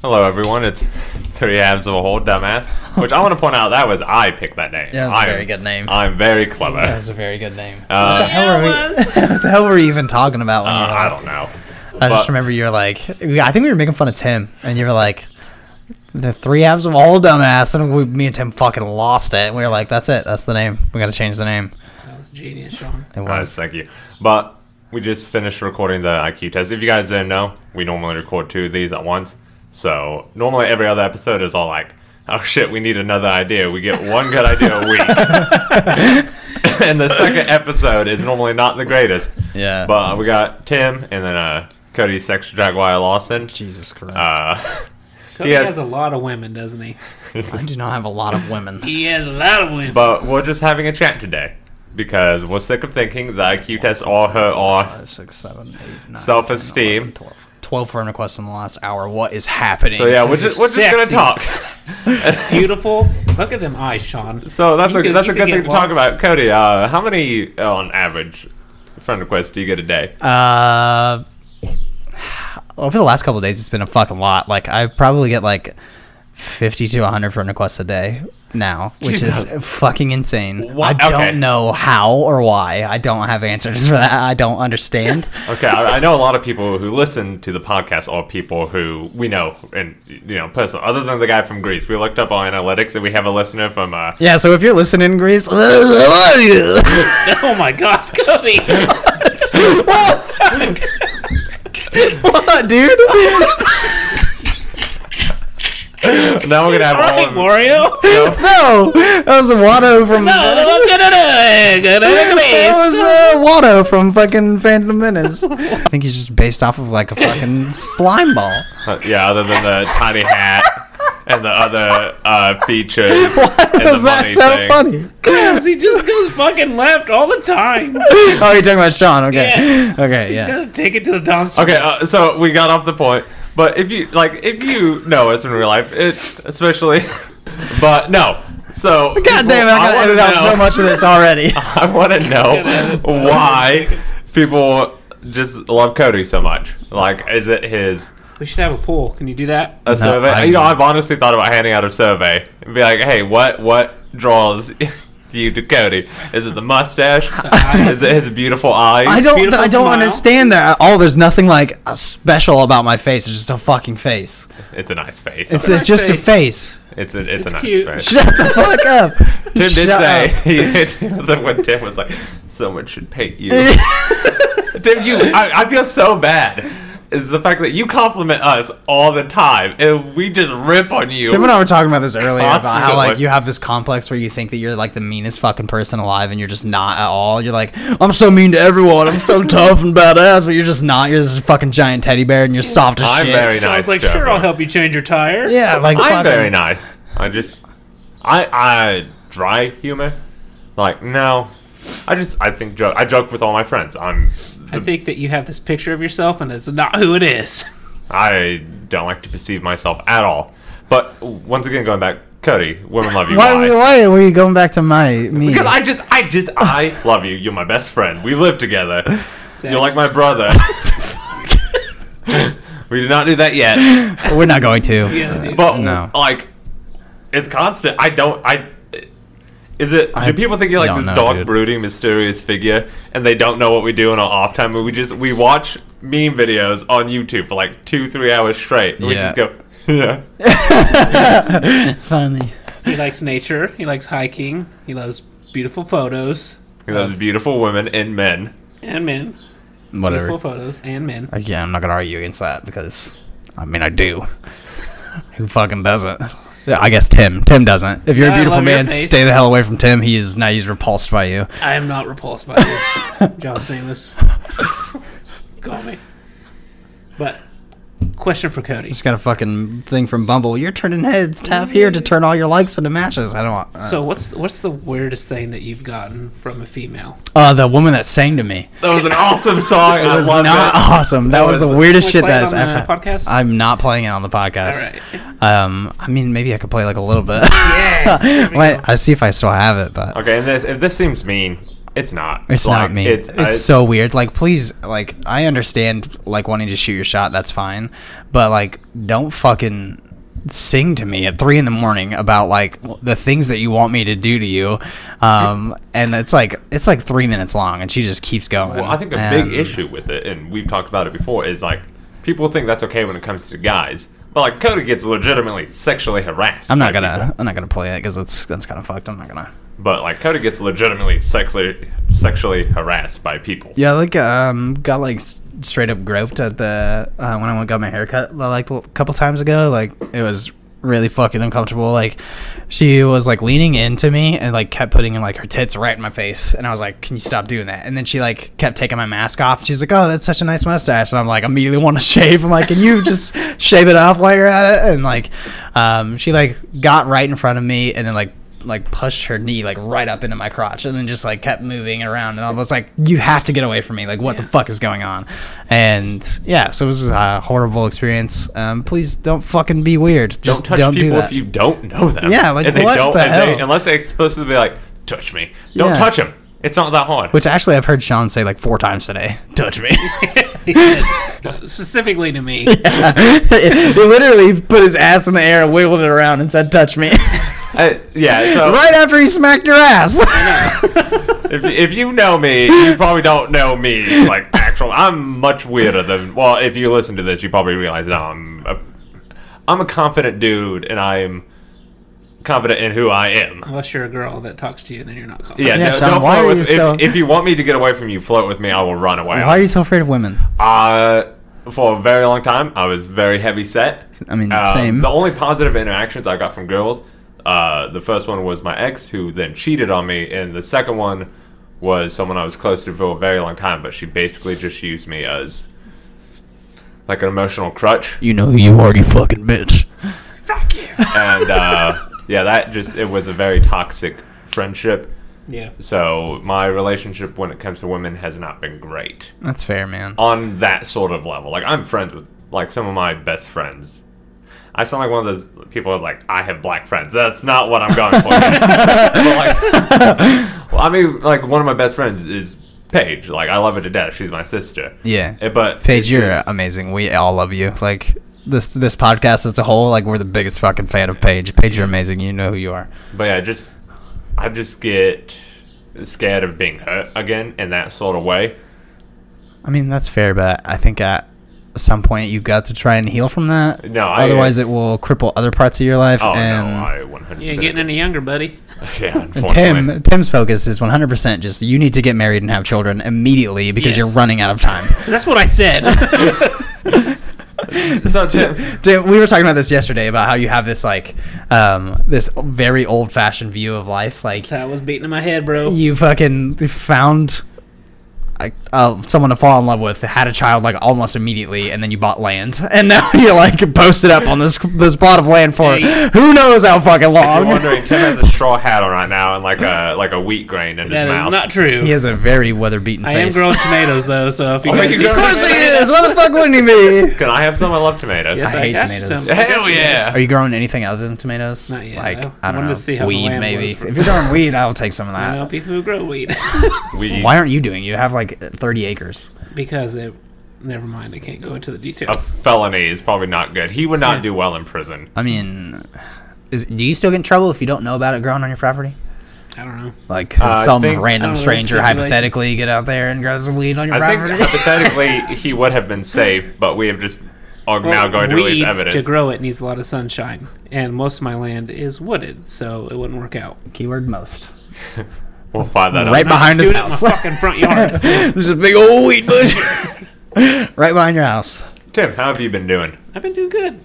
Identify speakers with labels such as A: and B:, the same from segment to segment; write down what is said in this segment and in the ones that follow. A: Hello, everyone. It's three halves of a whole dumbass. Which I want to point out that was I picked that name.
B: Yeah, that's a
A: I'm,
B: very good name.
A: I'm very clever.
B: That was a very good name. what, the
A: Uh,
B: hell were we, what the hell were we even talking about? When
A: uh,
B: you were
A: I
B: like-
A: don't know.
B: I just
A: but-
B: remember you were like, we- I think we were making fun of Tim, and you were like, the three halves of all dumbass, and we, me and Tim fucking lost it. And we were like, that's it, that's the name. We got to change the name.
C: That was genius, Sean.
B: It
A: Nice,
B: was.
A: Uh, thank you. But we just finished recording the IQ test. If you guys didn't know, we normally record two of these at once. So normally every other episode is all like, "Oh shit, we need another idea." We get one good idea a week, and the second episode is normally not the greatest.
B: Yeah.
A: But we got Tim and then uh, Cody Sex Jaguar Lawson.
B: Jesus Christ.
A: Uh,
C: Cody
A: He has-
C: has a lot of women, doesn't he?
B: I do not have a lot of women.
C: He has a lot of women.
A: but we're just having a chat today because we're sick of thinking the IQ tests are her or
B: Five, six, seven, eight, nine,
A: self-esteem.
B: 10, 11, 12. 12 friend requests in the last hour. What is happening?
A: So yeah, we're
C: Those
A: just
C: are
A: we're just
C: sexy.
A: gonna talk.
C: Beautiful. Look at them eyes, Sean.
A: So that's
C: You
A: a
C: could-
A: that's
C: you
A: a
C: could
A: good thing to
C: get
A: talk
C: lost.
A: about, Cody. Uh, how many uh, on average friend requests do you get a day?
B: Uh, over the last couple of days, it's been a fucking lot. Like I probably get like fifty to hundred friend requests a day now, which is fucking insane.
A: Wha-
B: I don't
A: okay.
B: know how or why. I don't have answers for that. I don't understand.
A: Okay, I, I know a lot of people who listen to the podcast are people who we know and you know personal. Other than the guy from Greece, we looked up our analytics and we have a listener from. Uh,
B: yeah. So if you're listening, Greece, what?
C: Oh my God, Cody!
B: what, dude?
A: now we're gonna have all
C: Alright,
A: of
C: Mario.
B: no, that was a Watto from.
C: No, no, no, no, no, no, no,
B: That
C: no,
B: was
C: no.
B: uh, Watto from fucking Phantom Menace. I think he's just based off of like a fucking slime ball.
A: Uh, yeah, other than the tiny hat and the other uh, features. Why
B: Does that sound funny?
C: Because he just goes fucking left all the time.
B: Oh, you're talking about Sean? Okay,
C: Yes.
B: okay,
C: He's
B: yeah.
C: gotta take it to the dumpster.
A: Okay, uh, so we got off the point, but if you like, if you know us in real life, it especially, but no. So
B: God damn it! I got
A: wanna
B: edited out
A: know-
B: so much of this already.
A: I want to know why people just love Cody so much. Like, is it his
C: We should have a pool. Can you do that?
A: a survey?
B: I-
A: you know, I've honestly thought about handing out a survey and be like, hey, what what draws you to Cody? Is it the mustache? is it his beautiful eyes?
B: I don't,
C: Beautiful
B: I don't
C: smile.
B: understand that. Oh, there's nothing like uh, special about my face. It's just a fucking face.
A: It's a nice face.
B: It's
A: It's
B: a,
C: nice
B: just a
C: face.
B: face.
A: it's a, it's a
C: It's
A: nice
C: cute.
A: face.
B: Shut the fuck up.
A: Tim did
B: Shut
A: say
B: up.
A: he did, the one Tim was like, someone should paint you. Tim, you, I, I feel so bad. Is the fact that you compliment us all the time and we just rip on you.
B: Tim and I were talking about this earlier about how like
A: Constantly.
B: you have this complex where you think that you're like the meanest fucking person alive and you're just not at all. You're like, I'm so mean to everyone. I'm so tough and badass, but you're just not. You're this fucking giant teddy bear and you're soft as
A: I'm
B: shit.
A: very
C: I
A: nice.
C: was like, sure,
A: Trevor.
C: I'll help you change your tire.
B: yeah, like
A: I'm
B: fucking-
A: very nice. I just, I, I dry humor. Like no, I just I think joke. I joke with all my friends. I'm,
C: I think that you have this picture of yourself, and it's not who it is.
A: I don't like to perceive myself at all. But once again, going back, Cody, women love you.
B: Why, why? why are you going back to my me?
A: Because I just, I just, I love you. You're my best friend. We live together. You're like my brother. we did not do that yet.
B: We're not going to.
C: Yeah, dude.
A: But
B: No.
A: like, it's constant. I don't. I. Is it?
B: I
A: do people think you're like
B: don't
A: this
B: know,
A: dog
B: dude.
A: brooding, mysterious figure, and they don't know what we do in our off time? We just we watch meme videos on YouTube for like two, three hours straight. And We
B: Yeah.
A: just go. Yeah.
B: Funny.
C: He likes nature. He likes hiking. He loves beautiful photos
A: Those beautiful women and men.
C: and men. Beautiful
B: Whatever.
C: photos and men.
B: Again, I'm not gonna argue against that because, I mean, I do. Who fucking doesn't? Yeah, I guess Tim. Tim doesn't. If you're
C: Yeah,
B: a
C: I
B: beautiful
C: love your
B: man,
C: face.
B: stay the hell away from Tim. He is now he's repulsed by you.
C: I am not repulsed by you, John Stamos. Call me. But question for Cody.
B: Just got a fucking thing from Bumble. You're turning heads. Tap here to turn all your likes into matches. I don't want. Uh,
C: So what's what's the weirdest thing that you've gotten from a female?
B: uh, the woman that sang to me.
A: That was an awesome song.
B: It was
A: I love
B: not
A: it.
B: awesome. That, was,
A: was-
B: the weirdest
C: Can we
B: shit
C: play it
B: that's
C: on the
B: ever.
C: podcast?
B: I'm not playing it on the podcast.
C: All
B: Um, I mean, maybe I could play like a little bit.
C: Yes. There we
B: Wait, I see if I still have it, but
A: Okay, and this, if this seems mean, It's not.
B: It's
A: Like,
B: not me.
A: It's,
B: It's,
A: I-
B: so weird. Like, please, like, I understand, like, wanting to shoot your shot. That's fine. But, like, don't fucking sing to me at three in the morning about, like, the things that you want me to do to you. Um, and it's like, it's like three minutes long, and she just keeps going.
A: Well, I think a
B: And-
A: big issue with it, and we've talked about it before, is like people think that's okay when it comes to guys, but like Cody gets legitimately sexually harassed.
B: I'm not
A: by people.
B: gonna, I'm not gonna play it because that's, that's kind of fucked. I'm not gonna.
A: But like Cody gets legitimately sexually sexually harassed by people.
B: Yeah, like um, got like s- straight up groped at the uh, when I went got my haircut like a couple times ago. Like it was really fucking uncomfortable. Like she was like leaning into me and like kept putting like her tits right in my face, and I was like, "Can you stop doing that?" And then she like kept taking my mask off. She's like, "Oh, that's such a nice mustache," and I'm like, immediately want to shave. I'm like, "Can you just shave it off while you're at it?" And like, um, she like got right in front of me and then like like pushed her knee like right up into my crotch and then just like kept moving around and I was like you have to get away from me like what the fuck is going on and yeah so this is a horrible experience um please don't fucking be weird
A: don't
B: just
A: touch
B: don't do
A: people
B: that
A: if you don't know them.
B: Yeah, like,
A: and they
B: what
A: don't,
B: the
A: and they-
B: hell?
A: unless they explicitly be like, "Touch me," don't
B: Yeah.
A: touch him. It's not that hard.
B: which actually I've heard Sean say like four times today touch me
C: Specifically to me.
B: he literally put his ass in the air wiggled it around and said touch me
A: Uh, yeah. So
B: right after he smacked your ass
A: if, if you know me, you probably don't know me. Like actual, I'm much weirder than. Well, if you listen to this, you probably realize now I'm a, I'm a confident dude, and I'm confident in who I am.
C: Unless you're a girl that talks to you, then you're not confident.
A: Yeah,
B: Yeah,
A: no,
B: Sean,
A: don't
B: why
A: flirt
B: are
A: with.
B: you
A: If,
B: so-
A: if you want me to get away from you, flirt with me. I will run away.
B: why are you so afraid of women
A: Uh, for a very long time, I was very heavy set.
B: I mean,
A: Um,
B: same.
A: The only positive interactions I got from girls, uh, the first one was my ex, who then cheated on me, and the second one was someone I was close to for a very long time, but she basically just used me as like an emotional crutch,
B: you know who you are you fucking bitch
C: Fuck you.
A: and uh, yeah, that just it was a very toxic friendship.
C: Yeah.
A: So my relationship when it comes to women has not been great.
B: that's fair man
A: on that sort of level. Like I'm friends with like some of my best friends. I sound like one of those people who's like I have black friends. That's not what I'm going for. but like, well, I mean, like one of my best friends is Paige. Like I love her to death. She's my sister.
B: yeah
A: Eh, But
B: Paige,
A: it's
B: you're
A: just-
B: amazing. We all love you. Like this this podcast as a whole, like we're the biggest fucking fan of Paige. Paige, you're amazing. You know who you are.
A: But yeah, just I just get scared of being hurt again in that sort of way.
B: I mean, that's fair, but I think at some point you've got to try and heal from that.
A: No, I-
B: otherwise it will cripple other parts of your life.
A: Oh
B: and
A: no, I 100.
C: You ain't getting any younger, buddy.
A: Yeah,
B: and
A: unfortunately.
B: Tim, Tim's focus is 100% just you need to get married and have children immediately because
C: Yes.
B: you're running out of time.
C: That's what I said.
A: So Tim,
B: Dude, we were talking about this yesterday about how you have this like um, this very old-fashioned view of life, like
C: That's how I was beating in my head, bro.
B: you fucking found like uh, someone to fall in love with, had a child like almost immediately, and then you bought land, and now you're like posted up on this this plot of land for
C: Hey.
B: who knows how fucking
A: I'm
B: long.
A: wondering. Tim has a straw hat on right now and like a like a wheat grain in his
C: That is
A: mouth.
C: not true.
B: He has a very weather beaten
C: I am
B: face.
C: growing tomatoes, though, so if you
A: Oh,
C: guys
A: you
C: eat
A: grow-
B: of course he
C: tomatoes-
B: is. What the fuck wouldn't he be?
A: Can I have some? I love tomatoes.
C: Yes,
B: I
C: I,
B: hate
C: asked you
B: tomatoes.
C: some.
A: Hell
B: Are
A: yeah.
B: you growing anything other than tomatoes?
C: Not yet,
B: Like
C: though.
B: I don't
C: Wanted
B: know.
C: to see how the
B: weed
C: land
B: maybe.
C: was for-
B: If you're growing weed, I'll take some of
C: I
A: Uh,
B: that.
C: know people who grow weed
A: We,
B: Why aren't you doing? it? You have like 30 acres.
C: because it. Never mind. I can't go into the
A: a
C: details.
A: felony is probably not good. He would not
C: Yeah.
A: do well in prison.
B: I mean, is, do you still get in trouble if you don't know about it growing on your property?
C: I don't know.
B: Like
A: Uh, I
B: some
A: think-
C: I
B: random
C: don't know,
B: stranger
C: stipulation.
B: hypothetically get out there and grab some weed on your
A: I think
B: property.
A: hypothetically he would have been safe, but we have just are now going to release
C: weed,
A: evidence.
C: To grow it needs a lot of sunshine, and most of my land is wooded, so it wouldn't work out.
B: Keyword most.
A: we'll find that
B: Right
A: out.
B: behind his
C: Doing it in my
B: house.
C: fucking front yard.
B: There's a big old weed bush. right behind your house.
A: Tim, how have you been doing?
C: I've been doing good.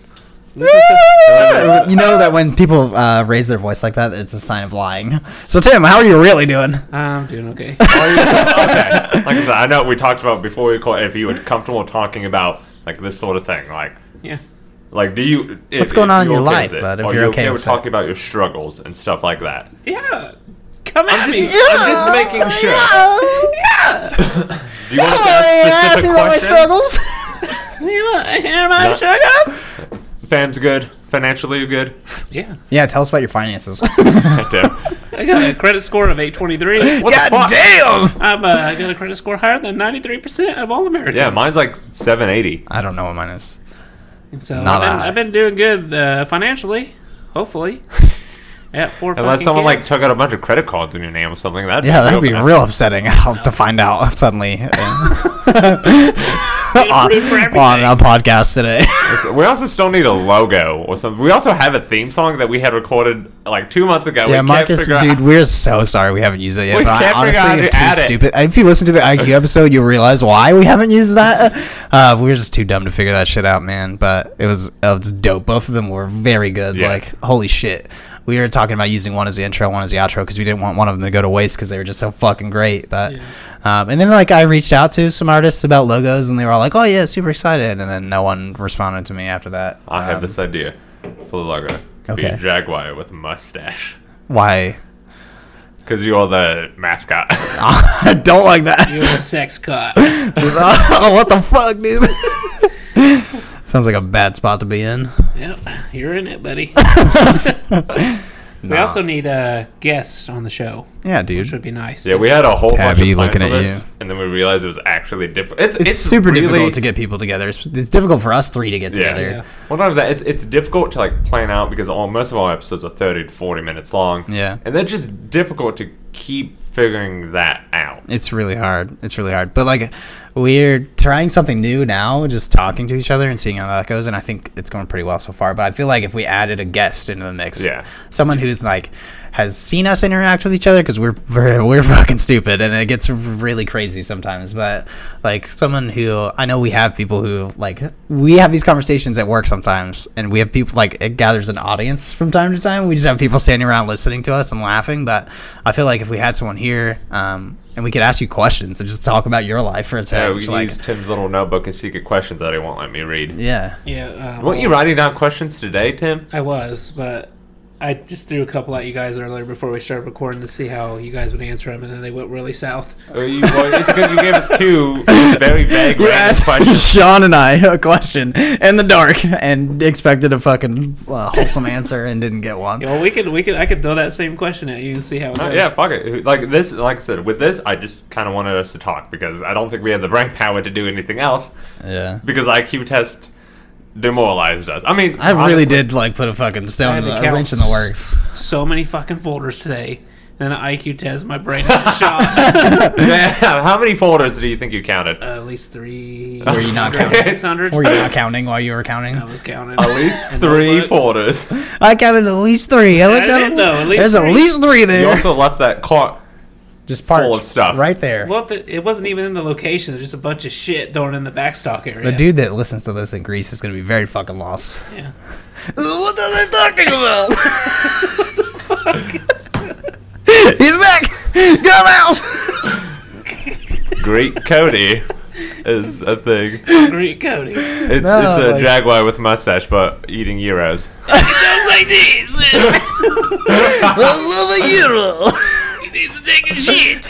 B: you know that when people uh, raise their voice like that, it's a sign of lying. So Tim, how are you really doing?
C: I'm doing okay.
A: Are you- okay. Like I said, I know we talked about before we called if you were comfortable talking about like this sort of thing. Like
C: Yeah.
A: like do you if-
B: What's going
A: if
B: on in
A: you're
B: your
A: okay
B: life,
A: with it,
B: bud, if
A: are
B: you're
A: you
B: okay
A: okay
B: with
A: with
B: it?
A: talking about your struggles and stuff like that?
C: Yeah.
B: Oh,
C: Come at me.
A: I'm just making sure. Do you want us to ask specific questions?
C: Am I
A: Not-
C: sure, guys?
A: Fam's good. Financially good.
C: Yeah.
B: Yeah, tell us about your finances.
A: Tim,
C: I got a credit score of 823. What
B: God
C: the fuck?
B: damn!
C: I'm, uh, I got a credit score higher than 93% of all Americans.
A: Yeah, mine's like 780.
B: I don't know what mine is.
C: So
B: Not
C: I've been,
B: high.
C: I've been doing good uh, financially, hopefully. Yeah, four
A: Unless
C: fucking
A: someone like
C: kids.
A: took out a bunch of credit cards in your name or something. That'd
B: Yeah, that'd be
A: bad.
B: real upsetting to find out suddenly on,
C: approved for
B: on a
C: everything.
B: podcast today.
A: So We also still need a logo or something. We also have a theme song that we had recorded like two months ago.
B: yeah,
A: we
B: Marcus,
A: can't figure
B: dude,
A: out.
B: we're so sorry we haven't used it yet.
A: We
B: but I
A: can't figure out
B: honestly,
A: how
B: am
A: to add
B: too
A: it.
B: stupid. If you listen to the IQ episode, you'll realize why we haven't used that. Uh, we were just too dumb to figure that shit out, man. But it was, it was dope. Both of them were very good.
A: Yes.
B: Like, holy shit. We were talking about using one as the intro, one as the outro, because we didn't want one of them to go to waste because they were just so fucking great. But, um, and then like I reached out to some artists about logos, and they were all like, "Oh yeah, super excited," and then no one responded to me after that.
A: I have
B: Um,
A: this idea for the logo. Could Be a
B: Okay.
A: jaguar with a mustache
B: Why?
A: because you are the mascot.
B: I don't like that.
C: You're a sex cop.
B: Just, oh, what the fuck, dude? Sounds like a bad spot to be in.
C: yep, you're in it, buddy. We also need uh, guests on the show,
B: Yeah,
C: which
B: dude.
C: would be nice.
A: yeah, we had a whole
B: Tabby
A: bunch of
B: looking
A: plans for
B: at
A: this,
B: you.
A: and then we realized it was actually different. It's,
B: It's, super
A: really,
B: difficult to get people together. It's, it's difficult for us three to get
A: Yeah.
B: together.
A: Well, not only that, it's, it's difficult to like plan out because all most of our episodes are thirty to forty minutes long.
B: Yeah.
A: and they're just difficult to keep figuring that out.
B: It's really hard. It's really hard. But like, we're trying something new now, just talking to each other and seeing how that goes. And I think it's going pretty well so far. But I feel like if we added a guest into the mix,
A: Yeah.
B: someone who's like has seen us interact with each other because we're, we're we're fucking stupid and it gets really crazy sometimes. But like someone who I know we have people who like we have these conversations at work sometimes, and we have people like it gathers an audience from time to time. We just have people standing around listening to us and laughing. But I feel like if we had someone here, um, and we could ask you questions and just talk about your life for a
A: Yeah, we
B: change,
A: can
B: like
A: use Tim's little notebook and secret questions that he won't let me read.
B: yeah,
C: Yeah. Yeah. Uh,
A: Weren't you writing down questions today, Tim?
C: I was, but I just threw a couple at you guys earlier before we started recording to see how you guys would answer them, and then they went really south.
A: Or you- well, it's because you gave us two very vague
B: You
A: random
B: asked
A: questions.
B: Sean and I a question in the dark and expected a fucking uh, wholesome answer and didn't get one.
C: Yeah, well, we could, we could, I could throw that same question at you and see how it
A: Uh,
C: goes.
A: yeah, fuck it. Like this, like I said, with this, I just kind of wanted us to talk because I don't think we have the brain power to do anything else
B: Yeah.
A: because IQ test demoralized us. I mean,
B: I really
A: honestly,
B: did like put a fucking
C: I
B: stone in
C: had
B: the,
C: to
B: a
C: count
B: wrench in the works.
C: So many fucking folders today. And then the IQ test, my brain just shot. uh,
A: Yeah, how many folders do you think you counted?
C: at least three.
A: Were you not counting?
C: Six hundred.
B: Were you not counting while you were counting?
C: I was counting.
A: At least
C: And
A: three
C: notebooks.
A: folders.
B: I counted at least three. I looked
C: I
B: at
C: did,
B: them.
C: though, at least
B: There's
C: three.
B: at least three
A: You
B: there.
A: also left that cart.
B: Just parked
A: of stuff.
B: right there.
C: Well, the, it wasn't even in the location. It was just a bunch of shit thrown in the backstock
B: the
C: area.
B: dude that listens to this in Greece is going to be very fucking lost.
C: Yeah.
B: what are they talking about? He's back. Go mouse.
A: Greek Cody is a thing.
C: Greek Cody.
A: It's
B: No,
A: it's a
B: like-
A: jaguar with a mustache, but eating euros.
C: Don't like this.
B: I
C: He needs to take a shit.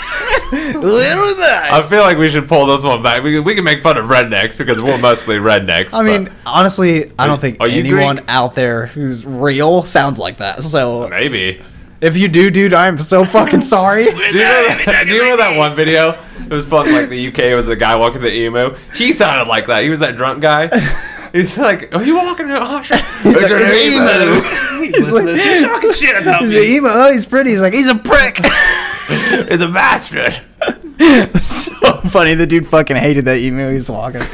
B: love a euro. Very nice.
A: I feel like we should pull this one back. We can, we can make fun of rednecks because we're mostly rednecks.
B: I mean,
A: but
B: honestly, I don't think
A: are you
B: anyone
A: Greek?
B: out there who's real sounds like that. So
A: maybe.
B: if you do, dude, I'm so fucking sorry.
A: Do you, know, do you know that one video? It was fun. Like the UK was the guy walking the emu. He sounded like that. He was that drunk guy. He's like, "Are you walking in Osher?" He's
B: like, "Emu."
C: He's, listening to this. He's talking shit about
B: He's
C: me.
B: an emo. Oh, he's pretty. He's like he's a prick.
A: It's a bastard.
B: so funny. The dude fucking hated that emo. He's walking.
A: Weren't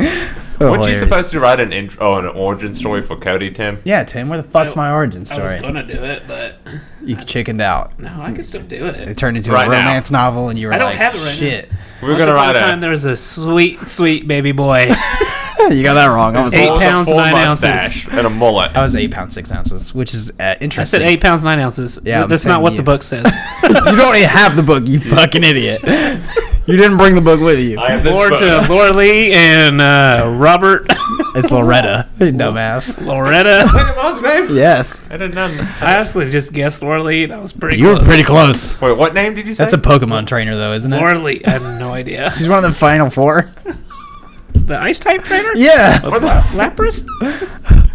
A: you
B: Hilarious.
A: supposed to write an intro, oh, an origin story for Cody, Tim?
B: Yeah, Tim. Where the fuck's
C: I-
B: my origin
C: I was
B: story?
C: gonna do it, but
B: You chickened out.
C: no, I can still do
B: It
C: it.
B: turned into
A: Right
B: a
A: now.
B: romance novel, and you were
C: I don't
B: like,
C: have it right now.
B: "Shit,
A: We were
C: Once
A: gonna
C: upon
A: write
C: a time,
A: a
C: there was a sweet, sweet baby boy.
B: you got that wrong." I was
C: Eight
A: full-
B: eight.
A: a
C: pounds,
A: full
C: nine ounces.
A: mustache and a mullet.
B: I was eight pounds six ounces, which is uh,
C: I said
B: interesting.
C: eight pounds nine ounces.
B: Yeah,
C: Yeah,
B: I'm
C: that's not
B: saying
C: what
B: you.
C: the book says.
B: you don't even have the book, you fucking idiot. you didn't bring the book with you.
A: I have this
C: Lord
A: book.
C: to Laura Lee and uh, Robert
B: It's Loretta, you dumbass.
C: Loretta.
A: Wait, mom's name?
B: Yes,
A: I didn't know.
C: I actually just guessed Laura Lee, and I was pretty.
B: you were
C: close.
B: pretty close.
A: Wait, what name did you say?
B: That's a Pokemon trainer, though, isn't it?
C: Laura Lee. I have no idea.
B: She's one of the final four.
C: The ice type trainer.
B: Yeah,
A: What the-
C: Lapras.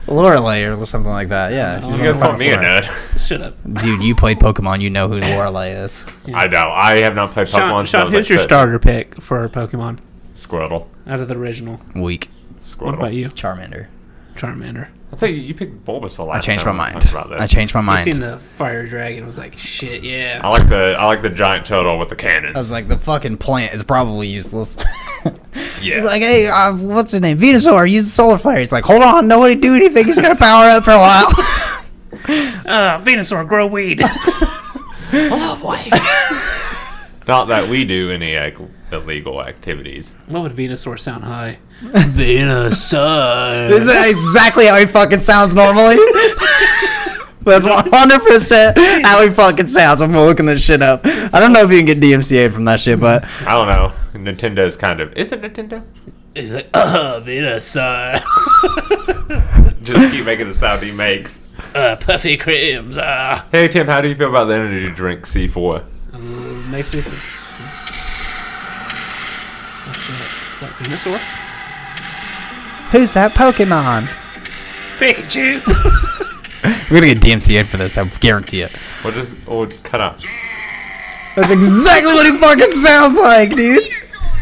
B: Lorelei or something like that. Yeah,
A: You
B: she's one
A: guys
B: of the
A: call me a
B: Final Four.
A: nerd.
C: Shut up.
B: Dude, you played Pokemon. You know who Lorelei is.
A: I know. I have not played
C: Sean,
A: Pokemon. since I
C: Sean
A: was,
C: who's
A: like,
C: your
A: thirteen.
C: starter pick for Pokemon
A: Squirtle.
C: out of the original?
B: Weak
A: Squirtle.
C: What about you,
B: Charmander.
C: Charmander?
A: I thought you- you picked Bulbasaur last
B: I changed my
A: time.
B: mind.
A: talked about this.
B: I changed my
C: I
B: mind.
C: seen the fire dragon. I was like, shit, yeah.
A: I like the I like the giant turtle with the cannon.
B: I was like, the fucking plant is probably useless.
A: yeah.
B: He's like, hey, uh, what's his name? Venusaur, use the solar flare. He's like, hold on, nobody do anything. He's gonna power up for a while.
C: Uh, Venusaur, grow weed. oh boy.
A: not that we do any like, illegal activities.
C: What would Venusaur sound high? Venusaur.
B: this is exactly how he fucking sounds normally. That's one hundred percent how he fucking sounds. I'm looking this shit up. I don't know if you can get DMCA from that shit, but
A: I don't know. Nintendo's kind of is it Nintendo?
C: He's like, uh, Venusaur.
A: Just keep making the sound he makes.
C: Uh, puffy creams. Uh.
A: Hey Tim, how do you feel about the energy drink C4?
C: Next week. What's that? What, Venusaur?
B: who's that Pokemon?
C: Pikachu.
B: We're gonna get DMCA for this. I guarantee it.
A: Or just or just cut up.
B: That's exactly what he fucking sounds like, dude.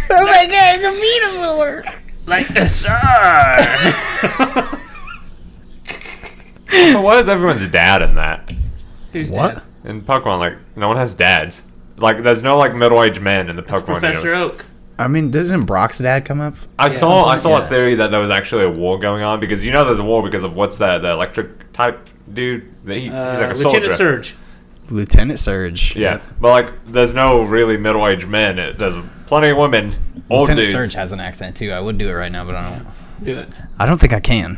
B: Oh my god, it's a Venusaur.
C: like a star.
A: But why is everyone's dad in that?
C: Who's
B: What?
C: Dad?
A: In Pokemon, like no one has dads. Like there's no like middle aged men in the
C: It's
A: Pokemon.
C: Professor
A: universe.
C: Oak.
B: I mean, doesn't Brock's dad come up?
A: I saw I
B: Something,
A: saw
B: yeah.
A: a theory that there was actually a war going on because you know there's a war because of what's that the electric type dude that he, he's like
C: Uh,
A: a
C: Lieutenant
A: soldier.
C: Surge.
B: Lieutenant Surge.
A: Yeah, but like, there's no really middle-aged men. It- There's plenty of women, old
B: Lieutenant
A: dudes.
B: Surge has an accent too. I would do it right now, but I don't.
C: Do it.
B: I don't think I can.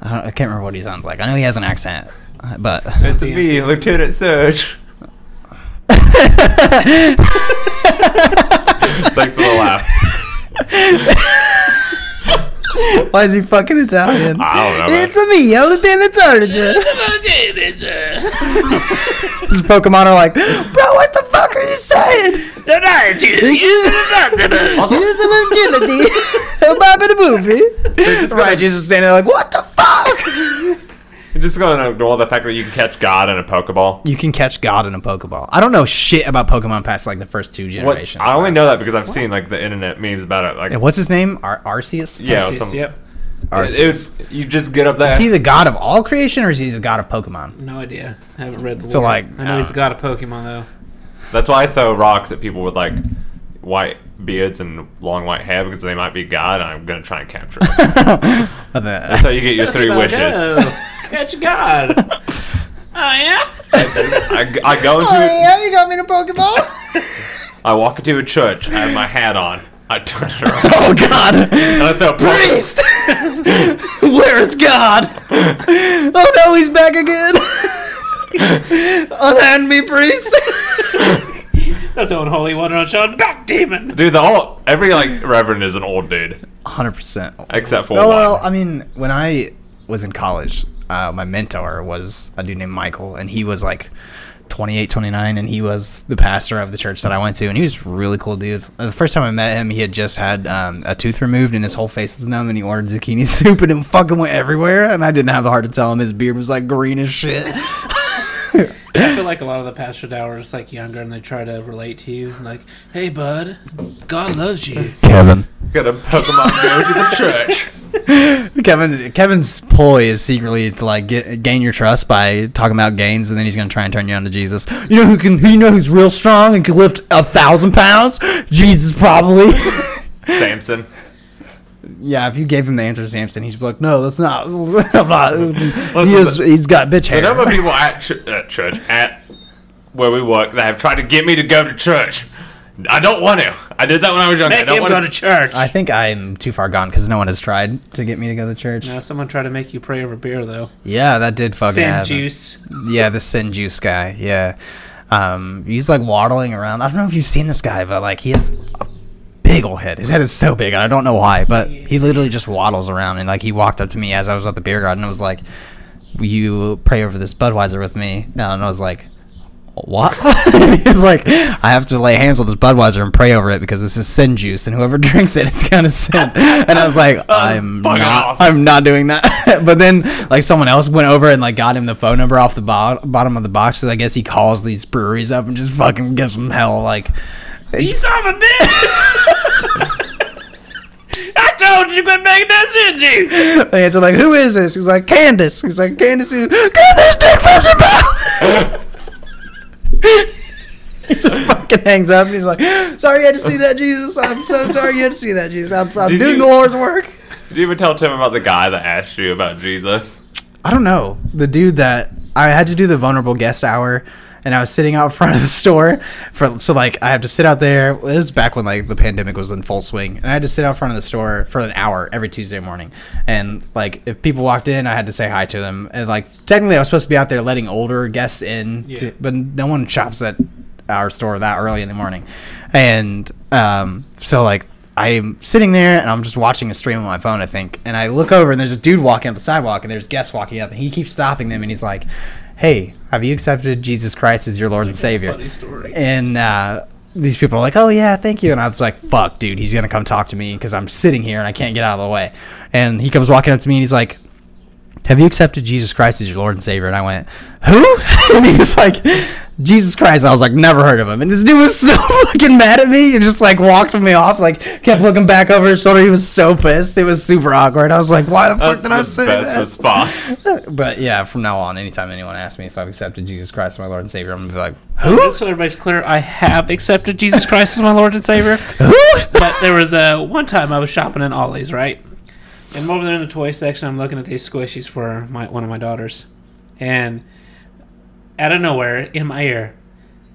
B: I, don't, I can't remember what he sounds like. I know he has an accent, uh, but
A: It's me, Lieutenant Surge. Thanks for the laugh.
B: why is he fucking Italian?
A: Ah, I don't know. man.
B: It's me, Lieutenant Surge.
C: uh.
B: His Pokemon are like, bro, what the fuck are you saying? Using agility, a Bobby the movie. Right, just standing there like, what the fuck?
A: You're just gonna ignore the fact that you can catch God in a Pokeball.
B: You can catch God in a Pokeball. I don't know shit about Pokemon past like the first two
A: What?
B: generations.
A: I only know that because I've seen like the internet memes about it. Like,
B: Yeah, What's his name? Ar- Arceus.
A: yeah,
C: Arceus,
A: some,
C: Yep.
A: It, it, you just get up there.
B: Is he the god of all creation, or is he the god of Pokemon?
C: No idea. I haven't read the.
B: So,
C: lore.
B: like,
C: I know
A: uh,
C: he's got a Pokemon though.
A: That's why I throw rocks at people with like white beards and long white hair because they might be God. and I'm gonna try and capture. Them.
B: The-
A: so you get your three
C: Pokemon,
A: wishes.
C: no. Catch God. oh yeah.
A: I, I go into. it.
B: you got me in a Pokeball.
A: I walk into a church, I have my hat on, I turn it around,
B: oh God,
A: and I throw Pokemon.
B: priest! Where is God? Oh no, he's back again. Unhand me, priest.
C: I'm throwing holy water on Sean. Back demon.
A: Dude, the whole every like reverend is an old dude,
B: Hundred percent.
A: except for
B: Oh, well,
A: one.
B: I mean, when I was in college, uh, my mentor was a dude named Michael, and he was like 28, 29, and he was the pastor of the church that I went to, and he was a really cool dude. Uh, The first time I met him, he had just had um, a tooth removed, and his whole face was numb, and he ordered zucchini soup, and it fucking went everywhere, and I didn't have the heart to tell him his beard was like green as shit.
C: I feel like a lot of the pastor now are just like younger and they try to relate to you. Like, hey bud, God loves you.
B: Kevin.
A: Got a Pokemon go to the church.
B: Kevin Kevin's ploy is secretly to like get, gain your trust by talking about gains, and then he's gonna try and turn you on to Jesus. You know who can? Who you know who's real strong and can lift a thousand pounds? Jesus, probably.
A: Samson.
B: yeah, if you gave him the answer, Samson, he's like, no, that's not. I'm not. he
A: Listen,
B: is,
A: the-
B: he's got bitch
A: The number of
B: hair.
A: people at, ch- at church at where we work that have tried to get me to go to church. I don't want to. I did that when I was younger. I
C: Make
A: don't
C: him
A: want
C: go to church.
B: I think I'm too far gone because no one has tried to get me to go to church.
C: now someone tried to make you pray over beer though.
B: Yeah, that did fucking
C: Sand
B: happen.
C: juice.
B: Yeah, the sin juice guy. Yeah, um, he's like waddling around. I don't know if you've seen this guy, but like he has a big old head. His head is so big, and I don't know why, but he literally just waddles around. And like he walked up to me as I was at the beer garden and was like, "Will you pray over this Budweiser with me?" And I was like. what? He's like, I have to lay hands on this Budweiser and pray over it because this is sin juice, and whoever drinks it is gonna sin. And I was like, I'm
A: fucking
B: not,
A: awesome.
B: I'm not doing that. but then, like, someone else went over and like got him the phone number off the bo- bottom of the box because I guess he calls these breweries up and just fucking gives them hell. Like,
C: You son of a bitch! I told you you could make that shit, you.
B: they answer like, who is this? He's like, Candace. He's like, Candace. Is- Candace, dick from the mouth. He just fucking hangs up and he's like, "Sorry, you had to see that, Jesus. I'm so sorry you had to see that, Jesus. I'm, I'm
A: Did
B: doing
A: you-
B: the Lord's work."
A: Did you ever tell Tim about the guy that asked you about Jesus?
B: I don't know. The dude that I had to do the vulnerable guest hour and I was sitting out front of the store for so like I have to sit out there. It was back when like the pandemic was in full swing and I had to sit out front of the store for an hour every Tuesday morning. And like if people walked in, I had to say hi to them. And like technically I was supposed to be out there letting older guests in,
C: Yeah.
B: to, but no one shops at our store that early in the morning. And um, so like I'm sitting there and I'm just watching a stream on my phone, I think, and I look over and there's a dude walking up the sidewalk and there's guests walking up and he keeps stopping them and he's like, "Hey, have you accepted Jesus Christ as your Lord and Savior?"
C: Funny story.
B: And uh, these people are like, "Oh yeah, thank you." And I was like, "Fuck, dude, he's gonna come talk to me because I'm sitting here and I can't get out of the way." And he comes walking up to me and he's like, have you accepted Jesus Christ as your Lord and Savior? And I went, who? and he was like, Jesus Christ. I was like, never heard of him. And this dude was so fucking mad at me. He just like walked me off, like kept looking back over his shoulder. He was so pissed. It was super awkward. I was like, why the fuck did I
A: That's the
B: say
A: best
B: that?
A: response.
B: But yeah, from now on, anytime anyone asks me if I've accepted Jesus Christ as my Lord and Savior, I'm gonna be like,
C: Just so everybody's clear, I have accepted Jesus Christ as my Lord and Savior.
B: who?
C: But there was uh, one time I was shopping in Ollie's, right? And I'm over there in the toy section, I'm looking at these squishies for my one of my daughters, and out of nowhere, in my ear,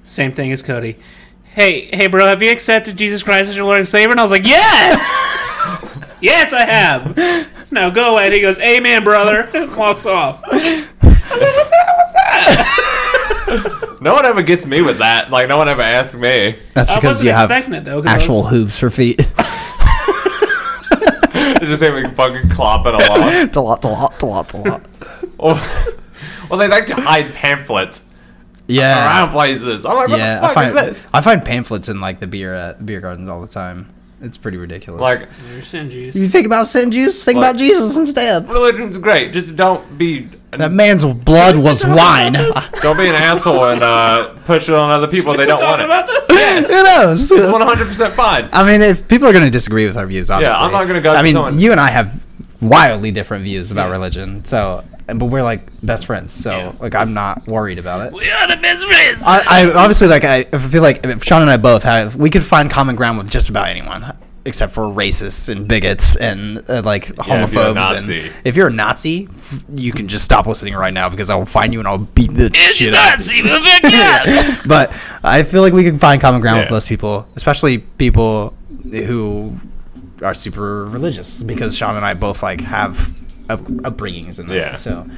C: same thing as Cody. Hey, hey, bro, have you accepted Jesus Christ as your Lord and Savior? And I was like, yes, yes, I have. Now go away. And he goes, Amen, brother, and walks off.
A: No one ever gets me with that. Like, no one ever asks me.
B: That's
C: I
B: because
C: wasn't
B: you have
C: expecting it though. 'cause I
B: actual
C: was-
B: hooves for feet.
A: They just think we can fucking clop it along.
B: it's a lot, a lot, a lot, a lot.
A: Or, well, they like to hide pamphlets
B: Yeah.
A: around places. I'm like, what
B: yeah,
A: the fuck
B: I find
A: is this?
B: I find pamphlets in like the beer uh, beer gardens all the time. It's pretty ridiculous.
A: Like,
C: Your sin juice.
B: you think about sin juice, think
A: Like-
B: about Jesus instead.
A: religion's great. Just don't be
B: That man's blood was wine. Who
A: don't be an asshole and uh, push it on other people. They don't want
C: talking
A: it.
C: about this? Yes.
B: knows?
A: It's 100 percent fine.
B: I mean, if people are going to disagree with our views, obviously.
A: I'm not gonna go
B: I
A: to
B: mean,
A: someone-
B: you and I have wildly different views about
C: Yes.
B: religion, so and- but we're like best friends, so
C: Yeah.
B: like I'm not worried about it.
C: we are the best friends.
B: I, I obviously like I feel like if Sean and I both have we could find common ground with just about anyone except for racists and bigots and uh, like
A: if you're a
B: homophobes
A: Nazi.
B: and if you're a Nazi, f- you can just stop listening right now because I will find you and I'll beat the shit out. of you. but I feel like we can find common ground with
A: Yeah.
B: most people, especially people who are super religious because Sean and I both like have up- upbringings in that.
A: Yeah.
B: So,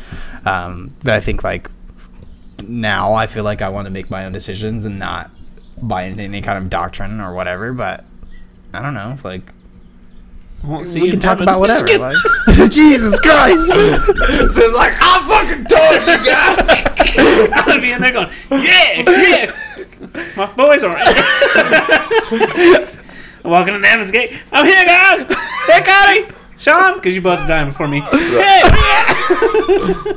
B: um, but I think like now I feel like I want to make my own decisions and not buy into any kind of doctrine or whatever. But I don't know, like.
C: Won't see
B: we
C: you
B: can
C: in
B: talk
C: heaven.
B: about whatever.
C: Skip.
B: Like, Jesus Christ!
A: It's like I fucking told you guys.
C: I'm gonna be in there going, yeah, yeah. My boys are. I'm walking in the Evans gate. I'm here, guys. Hey, Cody, Sean, because you both are dying before me. Hey, oh,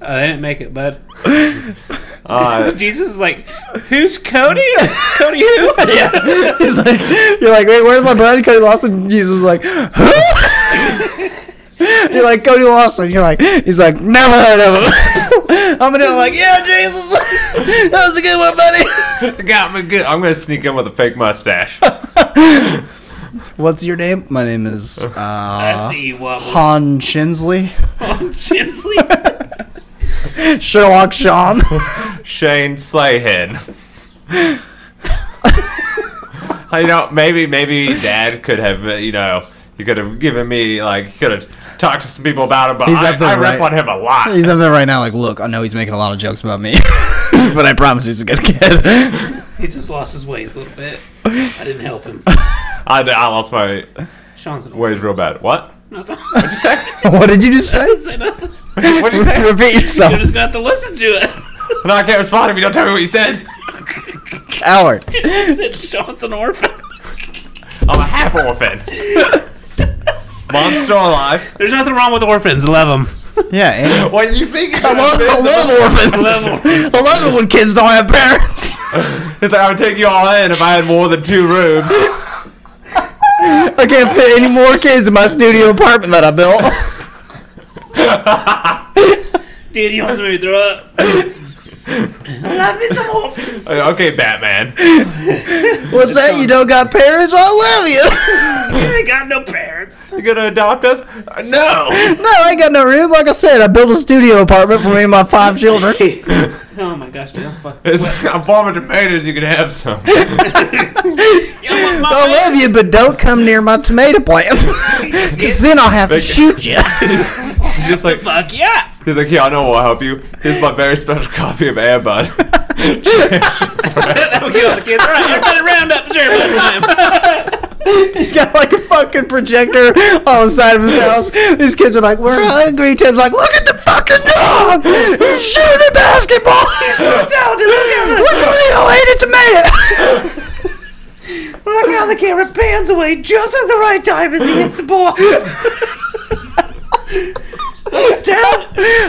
C: they didn't make it, bud.
A: Uh,
C: Jesus is like, who's Cody? Cody who?
B: yeah, he's like, you're like, wait, where's my buddy Cody Lawson? Jesus is like, huh? you're like Cody Lawson. You're like, he's like, never heard of him. I'm gonna be like, yeah, Jesus, that was a good one, buddy.
A: got me good. I'm gonna sneak in with a fake mustache.
B: What's your name? My name is
C: I
B: uh,
C: see you, Wobble.
B: Han Shinsley,
C: Chinsley.
B: Sherlock Sean.
A: Shane Slayhead. you know, maybe maybe Dad could have uh, you know he could have given me like he could have talked to some people about it, but
B: He's
A: I,
B: up there,
A: I rip
B: right?
A: on him a lot.
B: he's up there right now, like, look, I know he's making a lot of jokes about me, but I promise he's a good kid.
C: he just lost his ways a little bit. I didn't help him.
A: I, I lost my
C: Sean's an
A: ways real bad. What?
C: Nothing.
A: Say-
B: what did you just say?
C: Say nothing.
A: What'd you say?
B: Repeat yourself.
C: You're just gonna have to listen to it.
A: And I can't respond if you don't tell me what you said.
B: Coward.
C: Since Sean's an orphan.
A: I'm a half orphan. Mom's still alive.
C: There's nothing wrong with orphans. Love them.
B: Yeah, and
A: What do you think?
B: I love, I love
C: love
B: orphans. I love it when kids don't have parents.
A: It's like I would take you all in if I had more than two rooms.
B: I can't fit any more kids in my studio apartment that I built.
C: Dude, you almost made me throw up. I love me some orphans.
A: okay, Batman.
B: What's that? You don't got parents? I
C: I ain't got no parents.
A: You gonna adopt us? Uh, No.
B: love you. No, I ain't got no room. Like I said, I built a studio apartment for me and my five children.
C: Oh my gosh, dude. I'm fucking sweating.
A: It's, I'm farming tomatoes. You can have some.
C: You want my
B: I love you, but don't come near my tomato plants. Because then I'll have to
A: Bacon.
B: shoot you.
A: She's just like
C: Fuck yeah.
A: he's like, yeah, I know. I'll help you. Here's my very special copy of Airbud.
C: That'll get all the kids. All right, everybody round up. It's everybody time.
B: He's got like a fucking projector on the side of his house. These kids are like, we're hungry. Tim's like, look at the fucking dog. He's shooting at basketball. He's so
C: talented. Look at him.
B: Which one of y'all ate a tomato?
C: Look how the camera pans away just at the right time as he hits the ball. Down.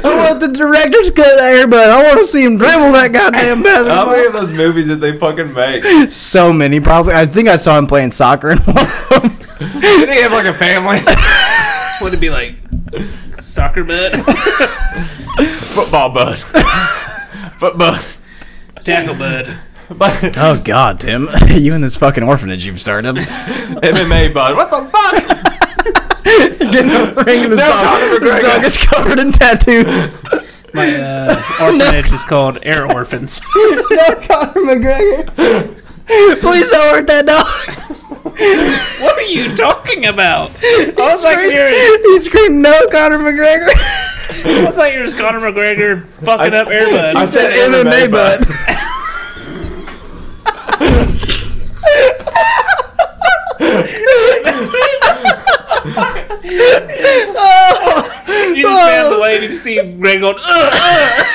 B: I want the director's cut hair, but I want to see him dribble that goddamn
A: How many
B: basketball.
A: of those movies did they fucking make?
B: So many, probably. I think I saw him playing soccer in one of them.
A: Did he have like a family?
C: What'd it be like? Soccer bud?
A: Football bud. Football.
C: Tackle bud.
A: But
B: Oh God, Tim, you and this fucking orphanage you've started.
A: MMA bud. What the fuck?
B: Getting a ring in this
A: No,
B: dog.
A: Conor
B: This dog
A: McGregor.
B: is covered in tattoos.
C: My uh, orphanage is called Air Orphans.
B: no, Conor McGregor. Please don't hurt that dog.
C: what are you talking about?
B: He
C: was like, "Here."
B: he screamed, "No, Conor McGregor."
C: It's like you're just Conor McGregor fucking up Air
A: I
C: Bud.
A: said MMA bud.
C: You just pass away and you just see Greg going, ugh, ugh.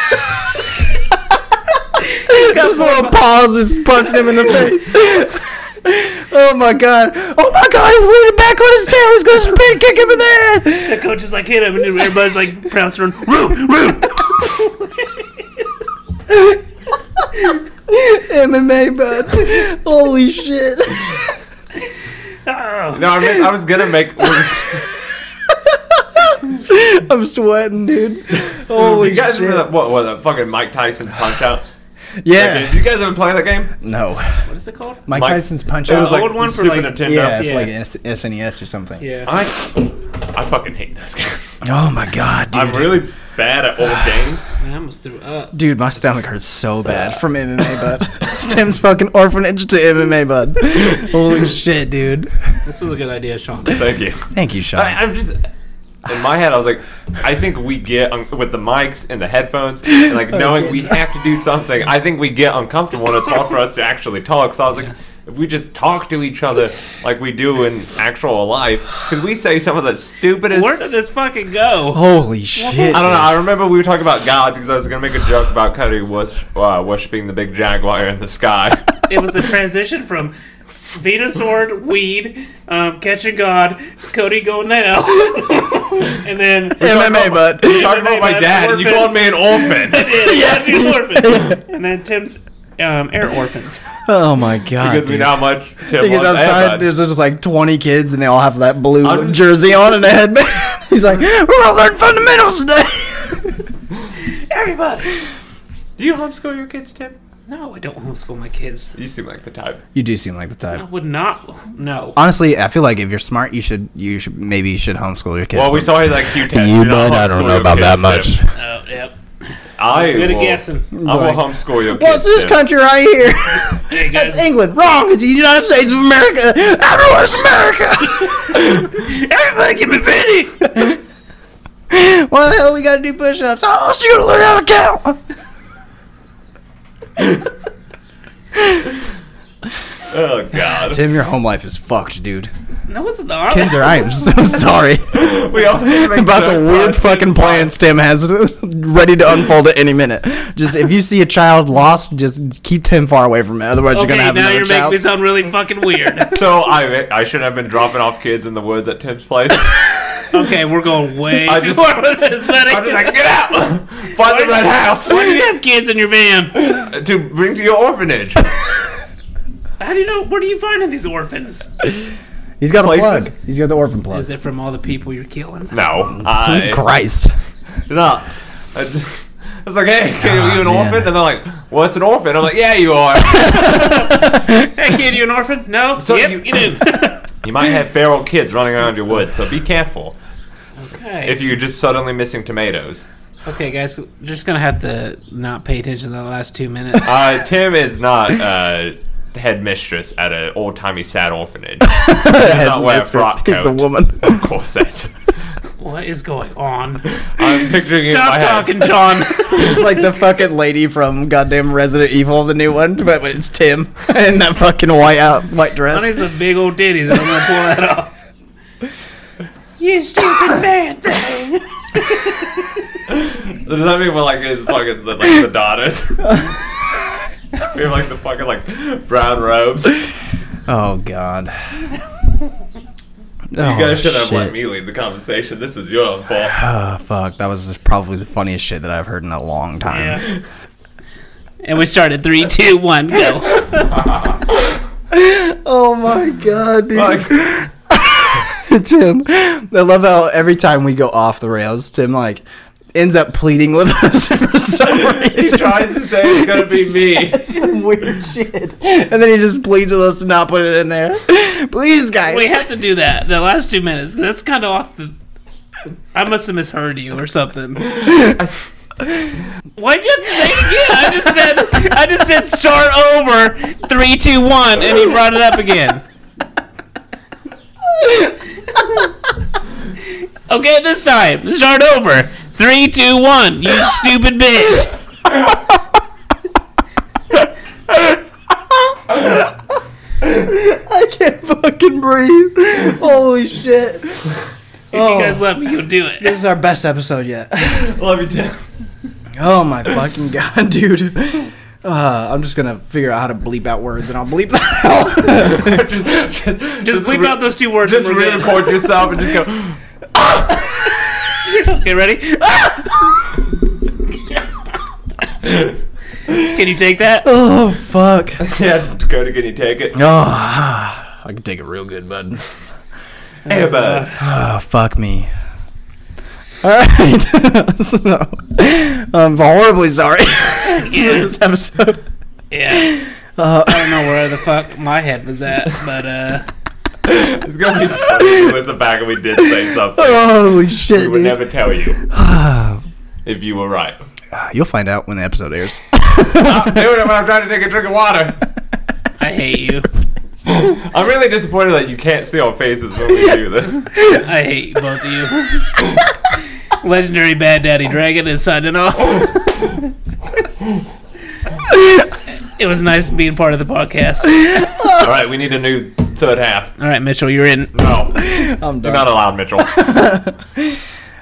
C: He's got
B: This little
C: more-
B: paws just punched him in the face. oh my god. Oh my god, he's leaning back on his tail. He's gonna spin kick him in the head.
C: The coach is like, hit him, and everybody's like, pronouncing on, room, room.
B: MMA bud. Holy shit.
C: Oh.
A: No, I, mean, I was gonna make.
B: I'm sweating, dude. Holy
A: you guys
B: shit.
A: remember that, what was that fucking Mike Tyson's punch out? Did
B: Yeah.
A: you guys ever play that game?
B: No.
C: What is it called?
B: Mike,
A: Mike-
B: Tyson's punch
A: It
B: out.
A: was like
C: old one for,
A: Super
C: like-
A: Nintendo.
B: yeah,
C: yeah.
B: like S- SNES or something.
C: Yeah.
A: I, I fucking hate those games.
B: Oh my god, dude.
A: I'm really bad at old games.
C: Man, I almost threw up.
B: Dude, my stomach hurts so bad from MMA bud. It's Tim's fucking orphanage to MMA bud. Holy shit, dude.
C: This was a good idea, Sean.
A: Thank you.
B: Thank you, Sean.
A: I, I'm just in my head. I was like, I think we get un- with the mics and the headphones, and like knowing we have to do something. I think we get uncomfortable, and it's hard for us to actually talk. So I was like. If we just talk to each other like we do in actual life, because we say some of the stupidest.
C: Where did this fucking go?
B: Holy shit.
A: I don't know. I remember we were talking about God because I was gonna make a joke about Cody was uh, worshiping the big jaguar in the sky.
C: It was a transition from Venusaur, weed, um, catching God, Cody go now, and then
B: MMA bud.
A: Talking about my dad, and you called me an orphan
C: yeah, yeah. orphan, and then Tim's um, air orphans.
B: Oh my god.
A: because we
B: dude.
A: know how much Tim wants
B: He gets outside,
A: outside,
B: there's just like 20 kids, and they all have that blue
A: I'm just-
B: jersey on and a headband. He's like, we're all learning fundamentals today.
C: Everybody.
A: Do you homeschool your kids, Tim?
C: No, I don't homeschool my kids.
A: You seem like the type.
B: you do seem like the
C: I
B: type.
C: would not. No.
B: Honestly, I feel like if you're smart, you should, you should maybe you should homeschool your kids.
A: Well, we saw his IQ test. You're not homeschool your kids, Tim.
C: Oh, yep.
A: I
C: Good at
A: will,
C: guessing.
A: I will
B: Like,
A: homeschool your kids.
B: What's this
A: Tim.
B: country right here?
C: Hey guys,
B: It's England. Wrong. It's the United States of America. Everywhere's America.
C: everybody give me fifty.
B: Why the hell we gotta do push-ups? Oh, so you gotta learn how to count.
A: Oh God. Oh,
B: Tim, your home life is fucked, dude.
C: No, it's not.
B: Kinzer, I am so sorry
A: We all
B: about the weird fucking plans Tim has ready to unfold at any minute. Just if you see a child lost, just keep Tim far away from it. Otherwise, you're gonna
C: okay,
B: have
C: now
B: another
C: you're making
B: child.
C: me sound really fucking weird.
A: So I I should have been dropping off kids in the woods at Tim's place.
C: okay, we're going way
A: I
C: too
A: just-
C: far with this, buddy.
A: I'm just like, get out, find the red house
C: Why do you have kids in your van?
A: to bring to your orphanage.
C: How do you know? Where do you finding these orphans?
B: He's got a plug.
A: Places.
B: He's got the orphan plug.
C: Is it from all the people you're killing?
A: No,
B: Sweet
A: I
B: Christ.
A: no. I just- I was like, hey, kid, are you an
B: Ah, man.
A: orphan? And they're like, well, it's an orphan. I'm like, yeah, you are.
C: Hey, kid, you an orphan? No.
A: So
C: yep,
A: you-
C: you, do.
A: you might have feral kids running around your woods, so be careful.
C: okay.
A: If you're just suddenly missing tomatoes.
C: okay, guys, we're just gonna have to not pay attention to the last two minutes.
A: Uh, Tim is not uh, headmistress at an old timey sad orphanage.
B: He's
A: not wearing a frock
B: He's the
A: coat.
B: woman.
A: Corset.
C: what is going on?
A: I'm picturing it in my
C: Stop
A: head.
C: talking, John.
B: It's like the fucking lady from goddamn Resident Evil, the new one, but it's Tim in that fucking white out white
C: Honey,
B: dress.
C: some big old titties. and I'm gonna pull that off. You stupid man thing.
A: Does that mean we're like his fucking the, like the daughters? we have like the fucking like brown robes. You
B: Oh god. Oh, You
A: guys should have let me lead the conversation. This was your own fault.
B: Oh fuck, that was probably the funniest shit that I've heard in a long time.
C: Yeah. And we started three, two, one, go.
B: Oh my god, dude.
A: Like,
B: Tim, I love how every time we go off the rails, Tim like ends up pleading with us for some reason.
A: he tries to say it's gonna be me.
B: That's some weird shit. And then he just pleads with us to not put it in there. Please, guys.
C: We have to do that. The last two minutes. That's kind of off the. I must have misheard you or something. Why'd you have to say it again? I just said I just said start over three two one and he brought it up again. okay, this time start over three two one. You stupid bitch.
B: I can't fucking breathe. Holy shit. Oh.
C: You guys let me go do it.
B: this is our best episode yet.
A: Love you, Tim.
B: Oh my fucking god, dude. Uh, I'm just gonna figure out how to bleep out words, and I'll bleep that out.
A: just, just,
C: Just bleep
A: re-
C: out those two words.
A: Just
C: and we're good.
A: re-record yourself and just go.
C: Okay, ready? Ah! Can you take that?
B: oh fuck.
A: Yeah, Dakota, can you take it?
B: Oh, ah, I can take it real good, bud.
A: Hey, bud.
B: Oh fuck me. All right. so, I'm horribly sorry for
C: Yeah.
B: this episode.
C: yeah. Uh, I don't know where the fuck my head was at, but uh,
A: It's gonna be funny if it was the fact that we did say
B: Oh,
A: something.
B: Holy shit,
A: We would
B: dude.
A: never tell you if you were right.
B: You'll find out when the episode airs.
A: Stop doing it when I'm trying to take a drink of water.
C: I hate you.
A: I'm really disappointed that you can't see our faces when we do this.
C: I hate both of you. Legendary Bad Daddy Dragon is signing off. it was nice being part of the podcast.
A: All right, we need a new third half.
C: All right, Mitchell, you're in.
A: No,
B: I'm
A: you're not allowed, Mitchell.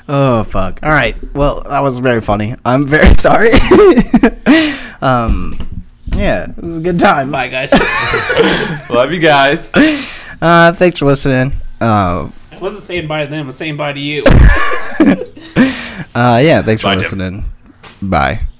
B: Oh fuck! All right. Well, that was very funny. I'm very sorry. um, yeah, it was a good time.
C: Bye, guys. I
A: Love you guys.
B: Uh, thanks for listening. Uh,
C: wasn't saying bye to them. I was saying bye to you.
B: uh yeah, thanks
A: Bye,
B: for
A: Tim.
B: listening. Bye.